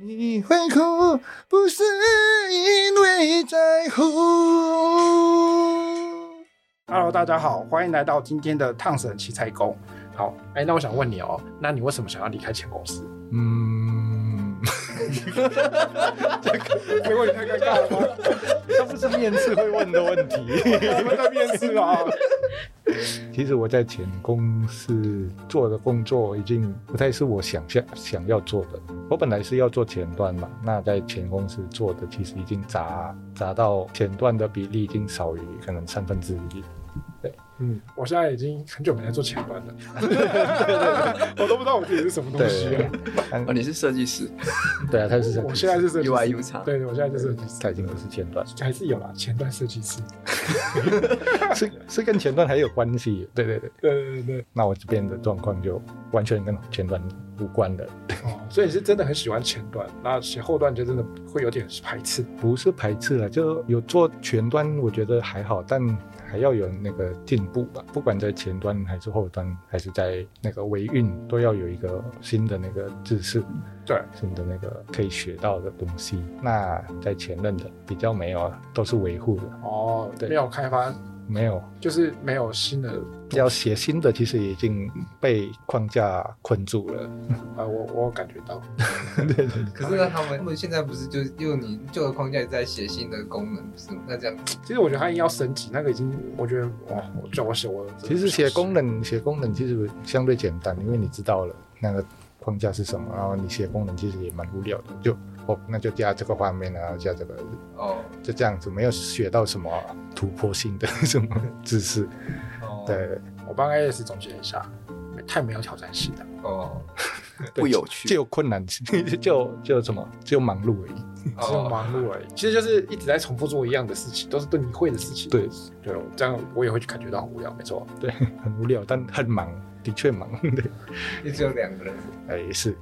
你会哭，不是因为在乎。 Hello，大家好，欢迎来到今天的烫神奇才工。好，哎、那我想问你哦，那你为什么想要离开前公司？嗯，结果你太尴尬了吗？这不是面试会问的问题。我们在面试啊。其实我在前公司做的工作已经不太是我想象想要做的。我本来是要做前端嘛，那在前公司做的其实已经砸砸到前端的比例已经少于可能三分之一。嗯，我现在已经很久没在做前端了，我都不知道我自己是什么东西对了。， 哦，你是设计师对啊，他是我现在是设计，U I 师， U 叉，对，我现在就是设计师，他已经不是前端，还是有啦，前端设计师。是是跟前端还有关系。对对对。对对对，那我这边的状况就完全跟前端无关了，哦，所以你是真的很喜欢前端，那写后端就真的会有点排斥。不是排斥了，就有做前端，我觉得还好，但还要有那个进步吧，不管在前端还是后端，还是在那个维运，都要有一个新的那个知识，对，新的那个可以学到的东西。那在前任的比较没有，啊都是维护的，哦，对没有开发没有就是没有新的要写新的，其实已经被框架困住了。啊，我我感觉到，可是呢，他们他们现在不是就用你旧的框架在写新的功能，不是吗？那这样其实我觉得他硬要升级，那个已经，我觉得哇，我叫我写我真的其实不想写功能，写功能其实相对简单，因为你知道了那个框架是什么，然后你写功能其实也蛮无聊的，就哦，那就加这个画面啊，然后加这个，哦就这样子，没有学到什么突破性的什么知识。哦对，我帮 AS 总结一下，太没有挑战性了。哦，对不有趣就有困难， 就就什么，就忙碌而已。只有哦忙碌而已，其实就是一直在重复做一样的事情，都是对你会的事情。对，对，我这样我也会感觉到很无聊，没错。对，很无聊，但很忙，的确忙。对， 也只有两个人，哎，也是。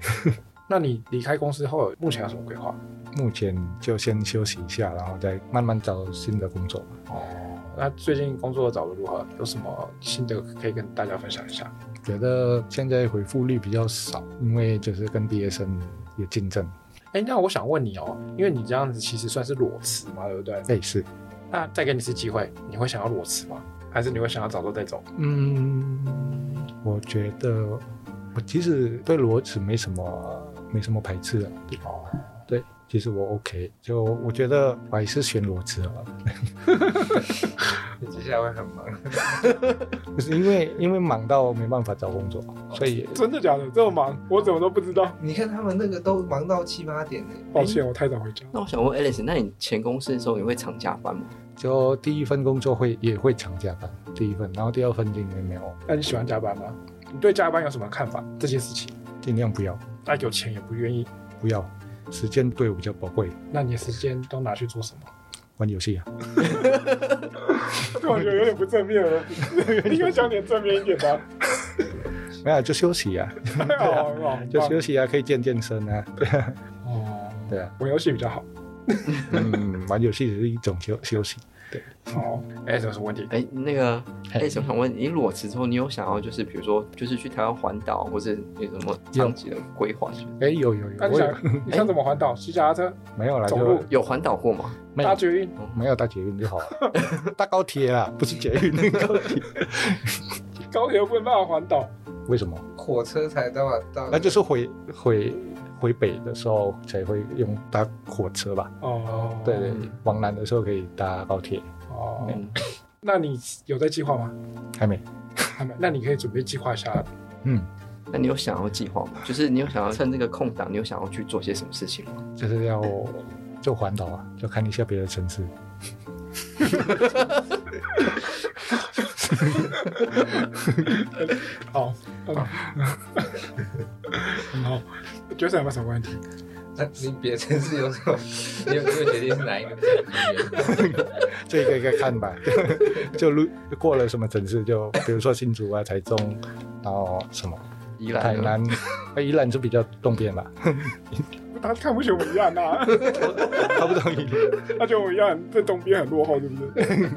那你离开公司后，目前有什么规划？目前就先休息一下，然后再慢慢找新的工作吧。哦，那最近工作找的如何？有什么新的可以跟大家分享一下？觉得现在回复率比较少，因为就是跟毕业生有竞争，哎，那我想问你哦，因为你这样子其实算是裸辞嘛，对不对？类似。那再给你一次机会，你会想要裸辞吗？还是你会想要早做再走？嗯，我觉得我其实对裸辞没什么没什么排斥的。哦，对，其实我 OK，就我觉得我还是选裸辞好了，你接下来会很忙。不是因为因为忙到没办法找工作，所以真的假的？这么忙，我怎么都不知道。你看他们那个都忙到七八点呢，抱歉，我太早回家。那我想问 Alice，那你前公司的时候你会常加班吗？就第一份工作会也会常加班，第一份，然后第二份就因为没有，那你喜欢加班吗？你对加班有什么看法？这件事情，尽量不要那有钱也不愿意，不要，时间对我比较宝贵，那你的时间都拿去做什么？玩游戏啊。 这我觉得有点不正面了，你该讲点正面一点 的、啊。没有就休息啊，哦，就休息啊，可以健健身啊，哦，对啊，玩游戏比较好。嗯， 玩游戏只是一种休休息。哦，哎，这有什么问题？哎、那个嘿 Alice，我想问你裸辞之后，你有想要就是比如说就是去台湾环岛，或是有什么长期的规划？就是哎，有有有，那你我有想，你想怎么环岛？骑脚踏车、没有啦，走路就有环岛过吗？没搭有捷运？没有搭捷运就好 了，搭高铁啦，不是捷 运，高铁。高铁又不能办法环岛，为什么？火车才到啊到，那就是回回回北的时候才会用搭火车吧？哦，对对嗯，往南的时候可以搭高铁，哦嗯，那你有在计划吗？还没。还没，那你可以准备计划一下。嗯，那你有想要计划吗？就是你有想要趁这个空档，你有想要去做些什么事情吗？就是要就环岛啊，就看一下别的城市。好，很好，觉得有没有什么问题？那你别城市有什么？ 你有没有决定是哪一个 比较低一点？这个一个看吧， 就路过了什么城市，就比如说新竹啊、台中，然后什么宜台兰的 南，哎宜兰就比较东边吧，他看不起我们一样啊， 他不同意。他觉得我们一样在东边很落后，对不 对？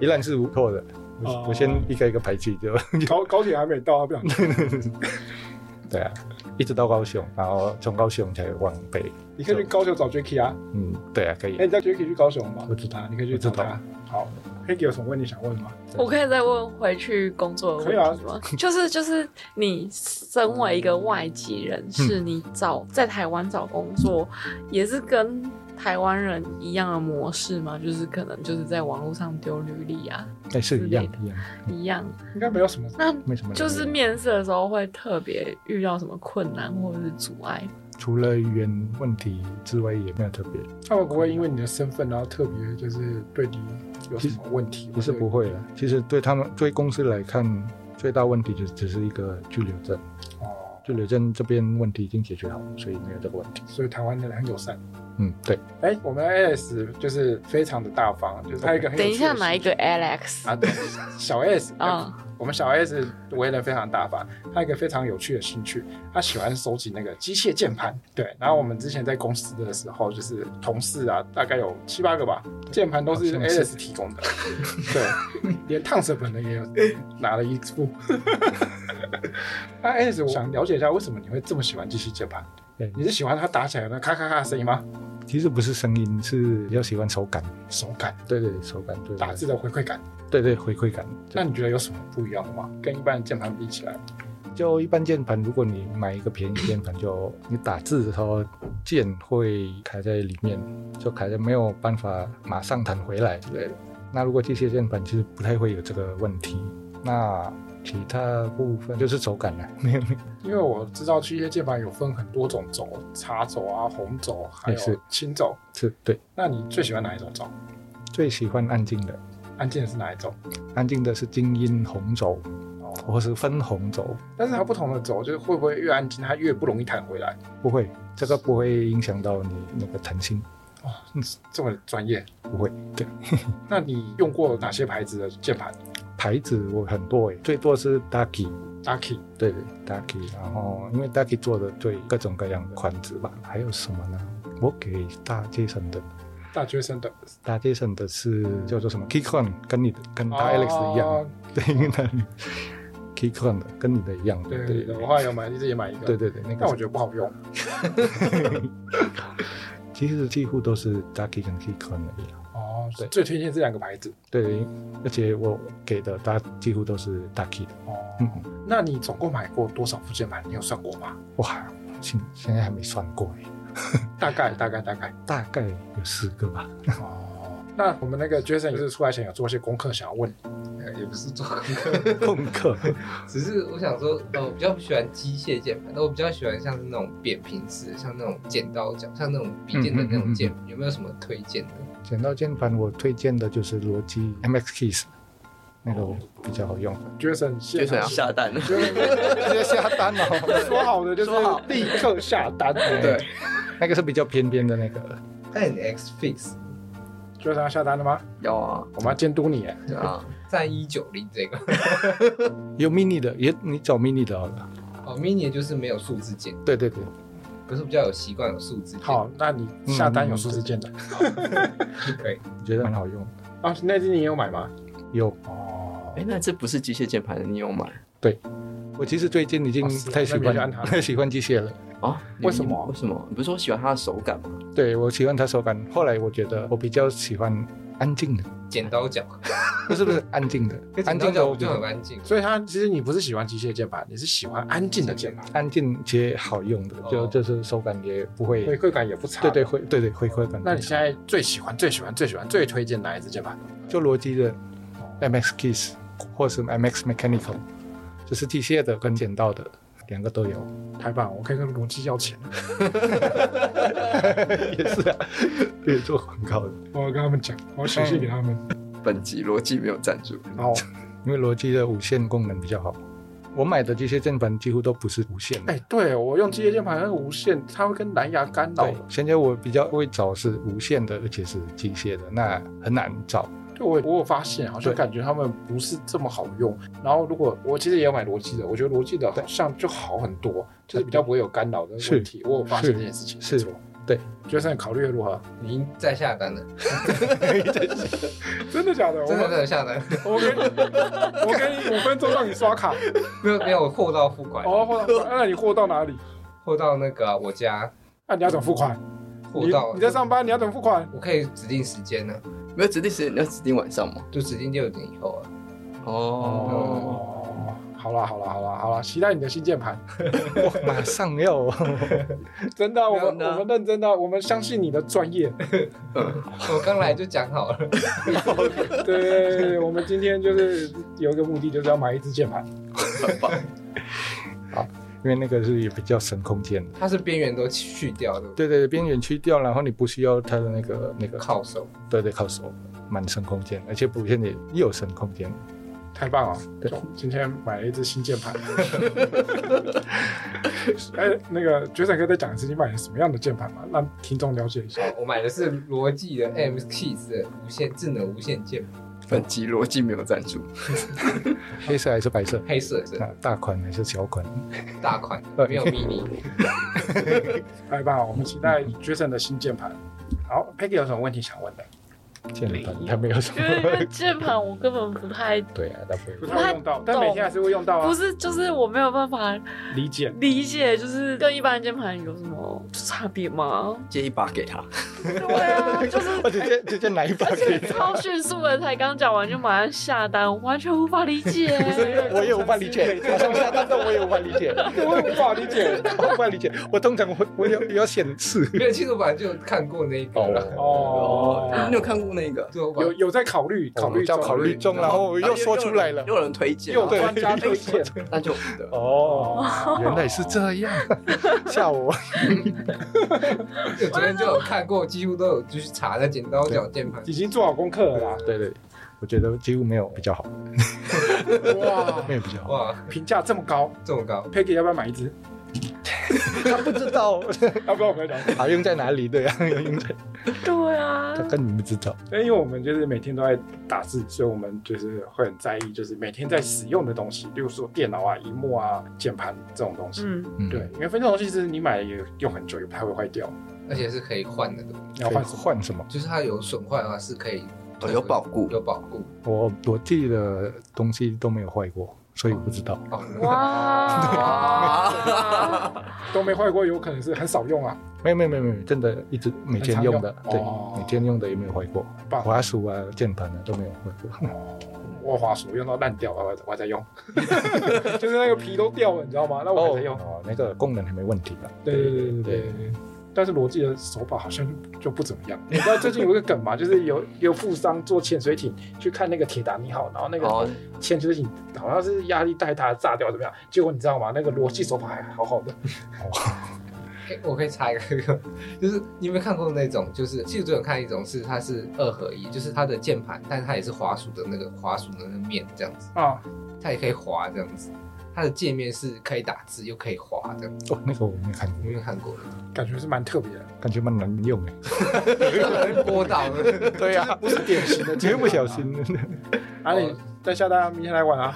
宜兰是不错的，哦我我先一个一个排挤就，高高铁还没到，他不想去。对啊，一直到高雄，然后从高雄才往北，你可以去高雄找 Jacky 啊，嗯，对啊，可以哎，。你知道 Jacky 去高雄吗？我知道你可以去找他。好，Jacky 有什么问题想问吗？我可以再问回去工作的问题吗？就是就是，你身为一个外籍人士，你找在台湾找工作，也是跟台湾人一样的模式吗？就是可能就是在网络上丢履历啊，哎，是一样之类的一样，一样。应该没有什么。那没什么。就是面试的时候会特别遇到什么困难或者是阻碍？除了语言问题之外，也没有特别，他们不会因为你的身份，然后特别就是对你有什么问题？不是不会了。其实对他们对公司来看，最大问题就只是一个居留证，哦，居留证这边问题已经解决好了，所以没有这个问题。所以台湾人很友善。嗯，对，哎，我们 S 就是非常的大方，就是他有一个很有等一下趣的哪一个 Alex 啊？对，小 S 啊？我们小 S 为人非常大方，他有一个非常有趣的兴趣，他喜欢收集那个机械键盘。对，然后我们之前在公司的时候，就是同事啊，大概有七八个吧，键盘都是好像是 Alice 提供的。对，连烫手本人也有拿了一副。 那 Alice，我想了解一下，为什么你会这么喜欢机械键盘？对你是喜欢它打起来有那咔咔咔的声音吗？其实不是声音，是比较喜欢手感。手感、对对，手感对打字，的回馈感，对对回馈感。那你觉得有什么不一样的吗？跟一般的键盘比起来，就一般键盘，如果你买一个便宜的键盘，就你打字的时候键会卡在里面，就卡在没有办法马上弹回来之类的。那如果机械键盘其实不太会有这个问题。那其他部分就是手感了，没有没有因为我知道机械键盘有分很多种轴，茶轴啊、红轴，还也是有青轴。是对。那你最喜欢哪一种轴？最喜欢安静的，按键是哪一种？安静的是精英红轴，哦，或是分红轴，但是它不同的轴，就是会不会越安静，它越不容易弹回来？不会，这个不会影响到你那个弹性，哦，嗯这么专业。不会。对， 那你用过哪些牌子的键盘牌子我很多诶，最多是 Ducky。 ？Ducky 对对，Ducky，然后因为 Ducky 做的对各种各样的款式吧，还有什么呢？我给大街上的大学生的，大街上的是叫做什么 Keycon，跟你的嗯跟哦大 Alex 一样，对，因为它 Keycon 的跟你的一样，对对对对，我后来有买，自己买一个。对对对，那但我个觉得不好用。其实几乎都是 Ducky 跟 Keycon 的一样。哦，对最推荐这两个牌子。对，而且我给的大几乎都是大 key 的，哦，嗯， 那你总共买过多少副键盘？你有算过吗？哇，现现在还没算过耶大概，大概，大概。大概有四个吧。 哦，那我们那个 Jason 就是出来前有做一些功课，想要问你也不是做功课，功课，只是我想说，呃，我比较不喜欢机械键盘，但我比较喜欢像是那种扁平式的，像那种剪刀脚，像那种笔尖的那种键盘，有没有什么推荐的？剪刀键盘我推荐的就是罗技 MX Keys，那个我比较好用。 Jason 就现是场啊要下蛋 了。就是直接下单哦， 说好的就是说好立刻下单。哎对，那个是比较偏边的那个，那你的 X Fix ，Jason 要下单了吗？要啊，我们要监督你耶。对啊，占一九零这个，有 mini 的，也你找 mini 的好了。哦，mini 就是没有数字键，对对对，可是我比较有习惯有数字键，好，那你下单有数字键的。嗯可以。我觉得蛮好用的。啊，那只你也有买吗？有，哦哎，，那这不是机械键盘，你有买我其实最近已经哦是不太喜那边欢就按它 喜欢机械了。啊？你为什么为什么？你不是说喜欢它的手感吗？对我喜欢它手感，后来我觉得我比较喜欢安静的，剪刀脚，不是不是安静的，剪安刀静脚的我我比就较很安静。所以他其实你不是喜欢机械键盘，你是喜欢安静的键盘，安静且好用的，就哦就是手感也不回会，馈感也不差。对对。会，对对回馈感。那你现在最喜欢、最喜欢、最喜欢、最推荐哪一支键盘？就罗技的 MX Keys 或是 MX Mechanical，就是机械的跟剪刀的两个都有，太棒了，我可以跟罗技要钱，也是啊，也做广告的。嗯我要跟他们讲，我写信给他们。本集逻辑没有赞助。然 后，因为罗技的无线功能比较好。我买的机械键盘几乎都不是无线的。哎，对我用机械键盘那个无线，它会跟蓝牙干扰对。，现在我比较会找是无线的，而且是机械的，那很难找。对我我有发现，好像对感觉他们不是这么好用。然后如果我其实也有买罗技的，我觉得罗技的好像就好很多，就是比较不会有干扰的问题。我有发现这件事情，是没错对，就是你考虑如何？您在下单了， 真的假的？我真的们真的下单，我给你，我给你五分钟让你刷卡。没有没有，我货到付款， 哦， 货到，那你货到哪里？货到那个啊我家，那你要怎么付款？货你到你在上班，你要怎么付款？我可以指定时间呢，没有指定时间，你要指定晚上吗？就指定六点以后啊。哦，哦，好啦好啦好啦好啦，期待你的新键盘。我马上要，真的啊，我真们的啊我们认真的啊，我们相信你的专业。我刚来就讲好了，对对对，我们今天就是有一个目的，就是要买一支键盘。因为那个是也比较省空间的。它是边缘都去掉的，对对对，边缘去掉，然后你不需要它的那个那个，靠手。对对，靠手，蛮省空间，而且补线也也有省空间。太棒了！对今天买了一支新键盘。哎，那个决胜哥再讲一次，你买了什么样的键盘嘛？让听众了解一下。我买的是罗技的 M Keys 的无线智能无线键盘，本集逻辑没有赞助。黑色还是白色？黑色那的大款还是小款？大款的，没有 mini。太棒了，我们期待决胜的新键盘。好，Peggy 有什么问题想问的？键盘它没有什因为因为么。 键盘我根本不太，对啊，它不不会。太会用到，但每天还是会用到不啊。是就是我没有办法理解。 理解，就是跟一般的键盘有什么差别吗？借一把给他，对啊，就是我哦直接直接拿一把给你，超迅速的，才刚讲完就马上下单，我完全无法理解。 我也无法理解，马上下单，但我也无法理解，我也无法理解。我无法理解。我通常会我有有显示， 没有，其实我本来就有看过那一个了。 你哦，有看过那个？对，我本有来有在考虑，考虑叫中考虑中，然后啊我又说出来了又。有人推荐，啊又有专家推荐。 那就 我的。哦，原来是这样，吓我！我昨天就有看过，几乎都有就是查那剪刀脚键盘。已经做好功课了啦。对对，我觉得几乎没有比较好，哇，没有比较好。哇， 评价这么高这么高！ ，Peggy 要不要买一支？ 他不知道要不要我们来聊？好用在哪里，对啊， 要用在对啊他，根本不知道。那因为我们就是每天都在打字，所以我们就是会很在意，就是每天在使用的东西，例如说电脑啊、荧幕啊、键盘这种东西。嗯，嗯对，，因为分这种东西是你买了也用很久，也不太会坏掉。而且是可以换的东西，你要换什么？换什么？就是它有损坏的话是可以哦有保固有保固。我我自己的东西都没有坏过，所以我不知道。哦，哇，都没坏过，有可能是很少用啊。没有没有没有没有，真的一直每天用的很，常对用哦，每天用的也没有坏过，棒滑鼠啊、键盘啊都没有坏过。哦我滑鼠用到烂掉了，我还我还在用， 就是那个皮都掉了，你知道吗？那我还在用。 哦，那个功能还没问题吧？对对对对对对。但是罗技的手法好像就就不怎么样。你知道最近有一个梗嘛，就是有 有富商坐潜水艇去看那个铁达尼号，然后那哦个，潜水艇好像是压力带它炸掉怎么样？结果你知道吗？那个罗技手法还好好的。诶我可以查一个， 就是你有没有看过那种？就是其实最有看一种是它是二合一，就是它的键盘，但它也是滑鼠的那个滑鼠的那个面这样子，啊，它也可以滑这样子。它的界面是可以打字又可以滑的，哦，那个我没看你有过没，有看过？感觉是蛮特别的。感觉蛮难用的。播到了， 对哦呀，不是典 型的，绝不小心。啊，你再下单啊，明天来玩啊。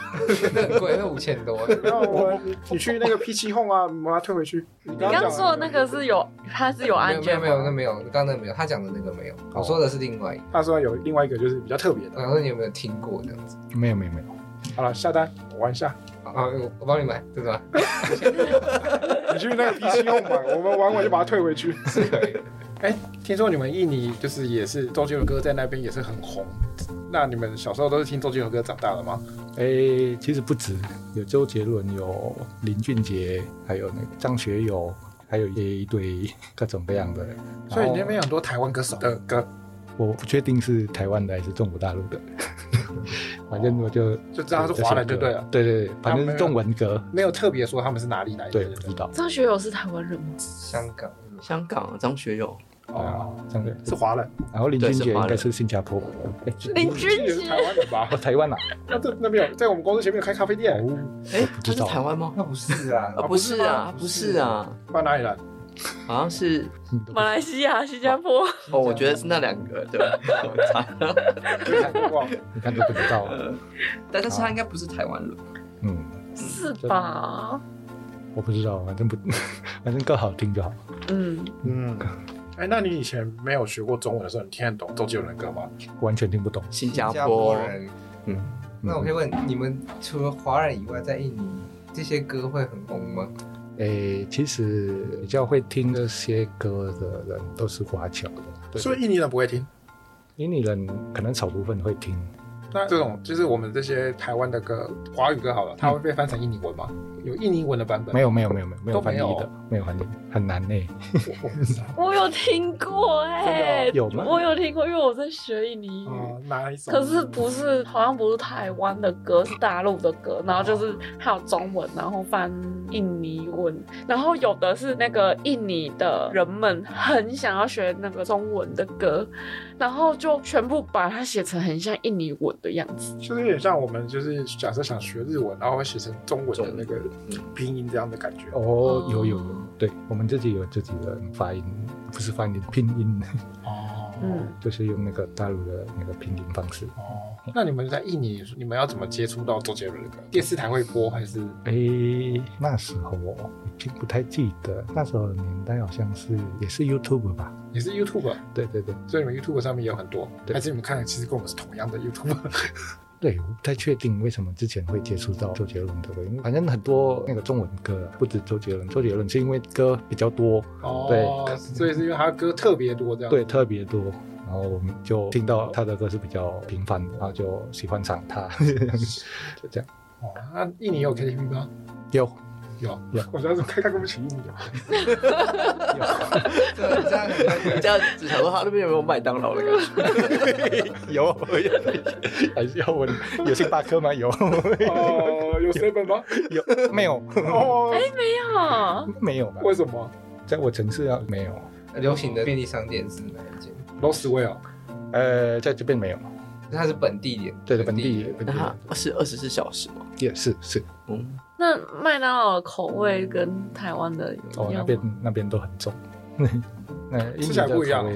那很贵，那五千多。然后我你你去那个 P 七 Home 啊，把它退回去。你你刚刚说的那个是有，它是有安全没有吗没有，那没有，刚刚那没有，他讲的那个没有，我说的是另外一个。他说有另外一个就是比较特别我的。想说你有没有听过这样子？没有没有没有，好了，下单我玩一下。啊，我我帮你买，对吧？你去那个 P 七 Home 买，我们玩完就把它退回去。是可 以的。哎听说你们印尼就是也是周杰伦歌在那边也是很红，那你们小时候都是听周杰伦歌长大的吗？诶，其实不止，有周杰伦，有林俊杰，还有那个张学友，还有一堆各种各样的。所以然后你哦那边有很多台湾歌手的歌，我不确定是台湾的还是中国大陆的， 反正我就就哦知道他是华人就对了，对对对，反正是中文歌，没有特别说他们是哪里来的。对，不知道。张学友是台湾人吗？香港，香港啊张学友，啊，这样的。哦是华人，然后林俊对杰是华人应该是新加坡，哎，林俊也是台杰，湾人吧哦，？台湾啊，哦那这那边有在我们公司前面有开咖啡店，哎，不他知是道 台湾吗？那不是啊啊，，不是啊，不是啊，不然哪里来？好像是嗯马来西亚、新加坡，哦，我觉得是那两个，对吧？我查没看过，你看都不知 道，呃 但但是他应该不是台湾人，嗯，是吧？我不知道，反正不， 反正更好听就好。嗯，嗯。哎，那你以前没有学过中文的时候，你听得懂周杰伦的歌吗？完全听不懂。 新新加加坡。坡人。嗯那我可以问你们，除了华人以外，在印尼这些歌会很红吗？诶，哎其实比较会听这些歌的人都是华侨的，对是不是印尼人不会听？印尼人可能少部分会听，那这种就是我们这些台湾的歌，华语歌好了，它会被翻成印尼文吗？有印尼文的版本？没有没有没有没有没有都翻没译有的，没有翻译，很难哎呢。我，我不知道。我有听过哎、哦有吗啊我有听过，因为我在学印尼语。哦，哪一种？嗯可是不是，好像不是台湾的歌，是大陆的歌，然后哦就是还有中文，然后翻印尼文，然后有的是那个印尼的人们很想要学那个中文的歌，然后就全部把它写成很像印尼文的样子。就是有点像我们就是假设想学日文，然后会写成中文的那个嗯拼音这样的感觉。哦，有有有，对我们自己有自己的发音，不是发音拼音，哦嗯，就是用那个大陆的那个拼音方式。哦，那你们在印尼，你们要怎么接触到周杰伦的歌？电视台会播还是？诶，那时候我已经不太记得，那时候的年代好像是也是 YouTube 吧？也是 YouTube，对对对所以你们 YouTube 上面也有很多，对还是你们看的其实跟我们是同样的 YouTube？对，我不太确定为什么之前会接触到周杰伦的歌，因为反正很多那个中文歌啊，不止周杰伦，周杰伦是因为歌比较多，哦对所以是因为他的歌特别多这样。对，，特别多。然后我们就听到他的歌是比较频繁的，然后就喜欢上他，就这样。哦，那印尼有 KTV 吗？有，有有，我觉得怎么看看跟不起印尼的。这这样很像 这样子想说他那边有没有麦当劳的感觉？有，还是要问有星巴克吗？有，哦， 有 Seven 吗？有没有？哎哦，啊，没有吧？为什么在我城市啊，没有。 流行的便利商店是哪一间？ ？Lost Way 呃，在这边没有，那它是本地点，对本地本那地啊他二十二十四小时吗？也是是嗯，那麦当劳的口味跟台湾的有哦一，那样边吗？那边都很重， 那吃起来不一样，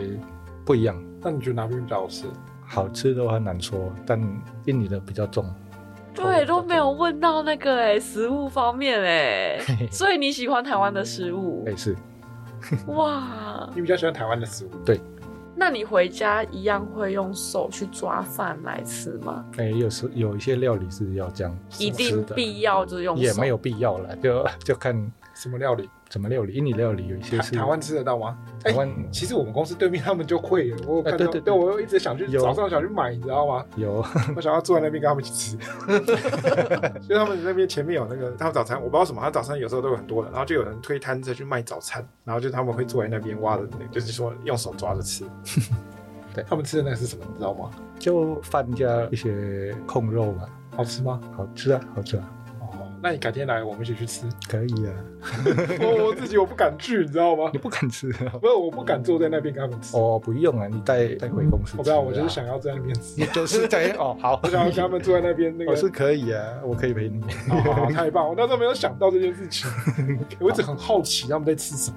不一样。那你觉得哪边比较好吃？好吃的话难说，但印尼的比较重。对，都没有问到那个哎、食物方面哎、所以你喜欢台湾的食物类似，哇？你比较喜欢台湾的食物？那你回家一样会用手去抓饭来吃吗？哎、有时有一些料理是要这样，一吃定的必要就是用手，也没有必要了，就就看什么料理？怎么料理。印尼料理有一些台是台湾哎吃得到吗？台湾其实我们公司对面他们就会了，我有看到，哎对对对我又一直想去，有早上想去买，你知道 吗？有，我想要坐在那边跟他们一起 吃，所以他们那边前面有那个他们早餐，我不知道什么，他早餐有时候都有很多人，然后就有人推摊车去卖早餐，然后就他们会坐在那边挖的，就是说用手抓着吃。对 他们吃的那个是什么，你知道吗？就饭加一些控肉嘛，好吃吗？好吃啊，好吃啊，哦，那你改天来，我们一起去 吃。哦可以啊。我我自己我不敢去，你知道吗你？不敢吃啊？不是，我不敢坐在那边跟他们吃。哦，不用啊，你带带回公嗯司、我啊不知道，我就是，啊想要在那边吃 你，就是在哦， 好我，想要跟他们坐在那边那个哦我。是可以啊，我可以陪你。 好好好太棒！我那时候没有想到这件事情，我一直很好奇他们在吃什么。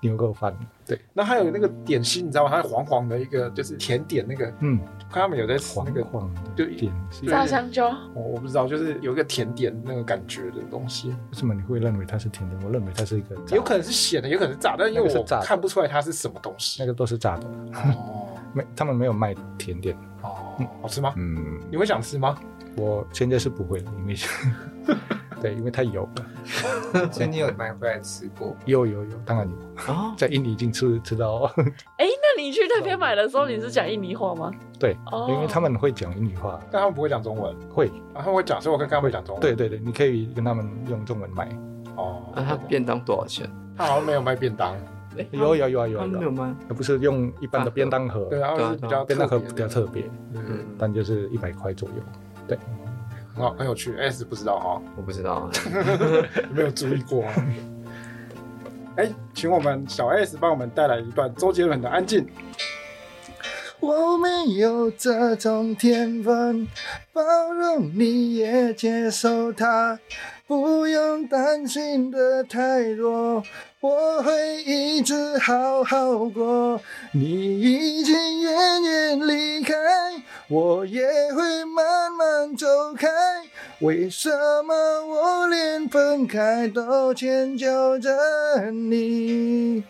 牛肉饭，对，那还有那个点心，你知道吗？它是黄黄的一个，就是甜点那个，嗯，看他们有在吃黄那个，黄的就点心对炸香蕉，我我不知道，就是有一个甜点那个感觉的东西，为什么你会认为它是甜的？我认为它是一个炸的有可能是咸的，有可能是炸，但因为那个我是炸的看不出来它是什么东西那。个都是炸的，哦没他们没有卖甜点。哦，好吃吗？嗯，你会想吃吗？我现在是不会了，因 为对，因为太油了。所以你有买回来吃过？有有有，当然有，哦，在印尼已经吃吃到，哎、那你去那边买的时候，你是讲印尼话吗？对，哦因为他们会讲印尼话，但他们不会讲中文，会，啊，他们会讲，所以我可以跟他们讲中文。对，啊对对，你可以跟他们用中文买。哦，那他便当多少钱？他好像没有卖便当，哎，有有有啊有他啊们有没啊有卖，而不是用一般的便当盒，啊对，然后是比较啊便当盒特比别的，较特别，嗯，嗯，但就是一百块左右。很好，很有趣。S 不知道哈，我不知道啊，没有注意过啊。哎，请我们小 S 帮我们带来一段周杰伦的《安静》。我没有这种天分，包容你也接受它，不用担心的太多，我会一直好好过。你已经远远离开，我也会慢慢走开。为什么我连分开都迁就着 你？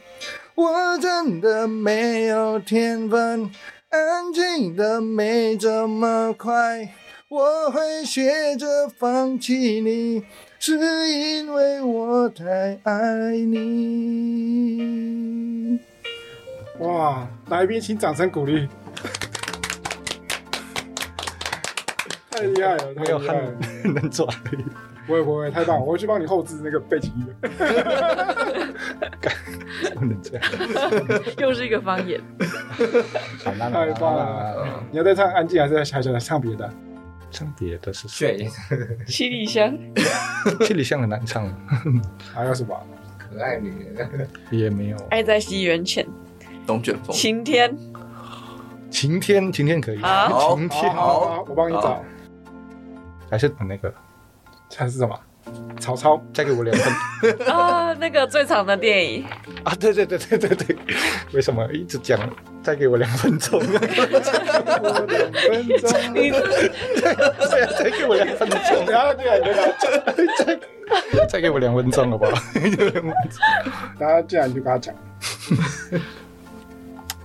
我真的没有天分，安静的没这么快。我会学着放弃你，是因为我太爱你。哇，来宾请掌声鼓励。太厉害了，太没有厉害了！很能做，不会不会，太棒了！我会去帮你后置那个背景音乐。不能这样。 又是一个方 言。好啦太棒了！你要再唱《安静》，还是还想唱别的？唱别的是谁？炫七里香，七里香很难唱，还有什么？可爱女人， 也没有。爱在西元前，龙卷哦 风，晴天，晴天，晴天可以。好晴好天好好，我帮你找好。还是那个，还是什么？曹操。再给我两分啊，那个最长的电 影，啊！对对对对对对，为什么一直讲？再给我两分钟，分钟。你再再给我两分钟，然后就来跟他，再给我两分钟好不好？然后竟然就跟他讲，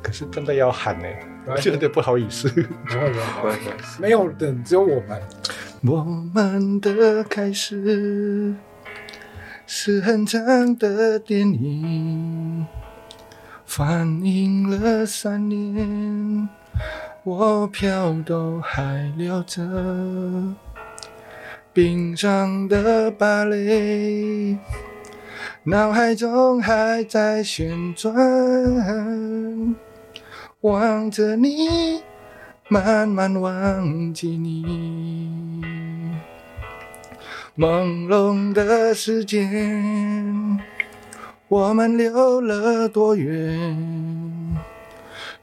可是真的要喊哎、我觉得不好意思。不会不会，不会不会没有人，只有我们。我们的开始是很长的电影，反映了三年，我票都还留着。冰上的芭蕾，脑海中还在旋转，望着你。慢慢忘记你。朦胧的时间，我们溜了多远？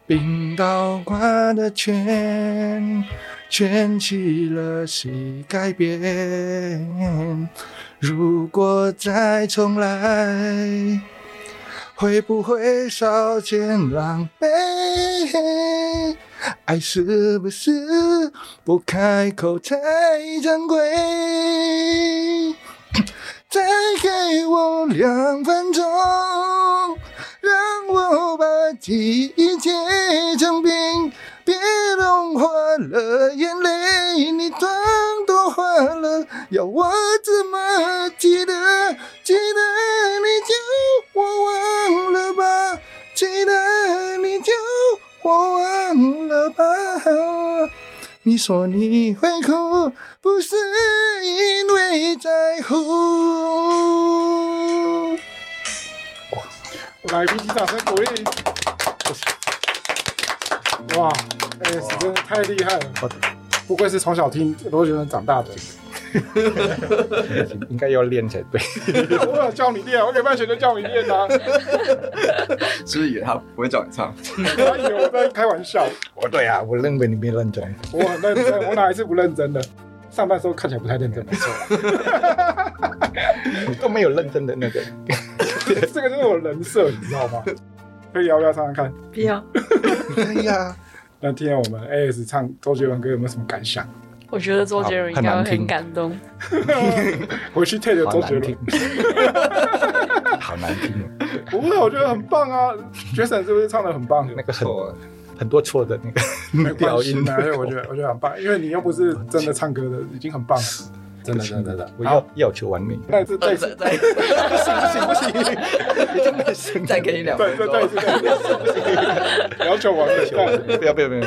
冰岛画的圈，圈起了膝盖边。如果再重来，会不会少件狼狈？爱是不是不开口太珍贵？ 再给我两分钟，让我把记忆结成冰，别融化了眼泪，你妆都化了，要我怎么记得？记得你就我忘了吧，记得你就我忘了吧。你说你会哭，不是因为在 乎。来宾请掌声鼓励。哇，哎、真的太厉害了！不愧是从小听罗杰伦长大的。应该要练才对。我有叫你练，啊我给半学就叫你练啊！是不是以为他不会叫你唱？他以为我在开玩笑，哦，对啊，我认为你没认真。我很认真，我哪一次不认真的？上班时候看起来不太认真，没错。你都没有认真的那个，这个就是我人设，你知道吗？可以要不要唱唱看？不要，哎呀，那听了我们 AS 唱周杰伦歌有没有什么感想？我觉得周杰伦应该会很感动。回去 take 好周杰难伦听，， 好难听哦。不会，我觉得很棒啊！Jason 是不是唱的很棒？那个很错很多错的那 没个关表系音，而且我觉得我觉得很棒，因为你又不是真的唱歌的，已经很棒了， 真的真的真的。我好要，要求完 美。那一次再一次再再再真的是再给你两对分对钟，对对 对，要求完美。对不要不要 不要！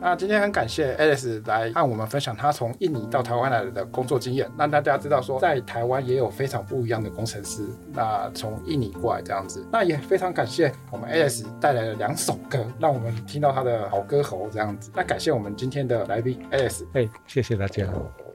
那今天很感谢 Alice 来和我们分享她从印尼到台湾来的工作经验，让大家知道说在台湾也有非常不一样的工程师，那从印尼过来这样子。那也非常感谢我们 Alice 带来了两首歌，让我们听到她的好歌喉这样子。那感谢我们今天的来宾 Alice，哎，谢谢大家。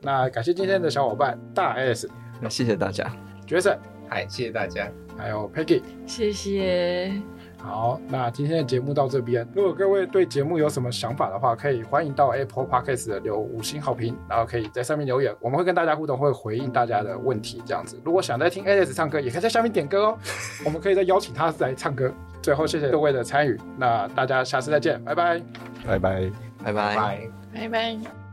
那感谢今天的小伙伴大 Alice、那谢谢大家，角色嗨，谢谢大家。还有 Peggy。谢谢，好，那今天的节目到这边。如果各位对节目有什么想法的话，可以欢迎到 Apple Podcast 的留五星好评，然后可以在上面留言，我们会跟大家互动，会回应大家的问题。这样子，如果想再听 Alex 唱歌，也可以在下面点歌哦， 我们可以再邀请他来唱歌。最后，谢谢各位的参与，那大家下次再见，拜拜。拜拜。拜拜。拜。拜拜。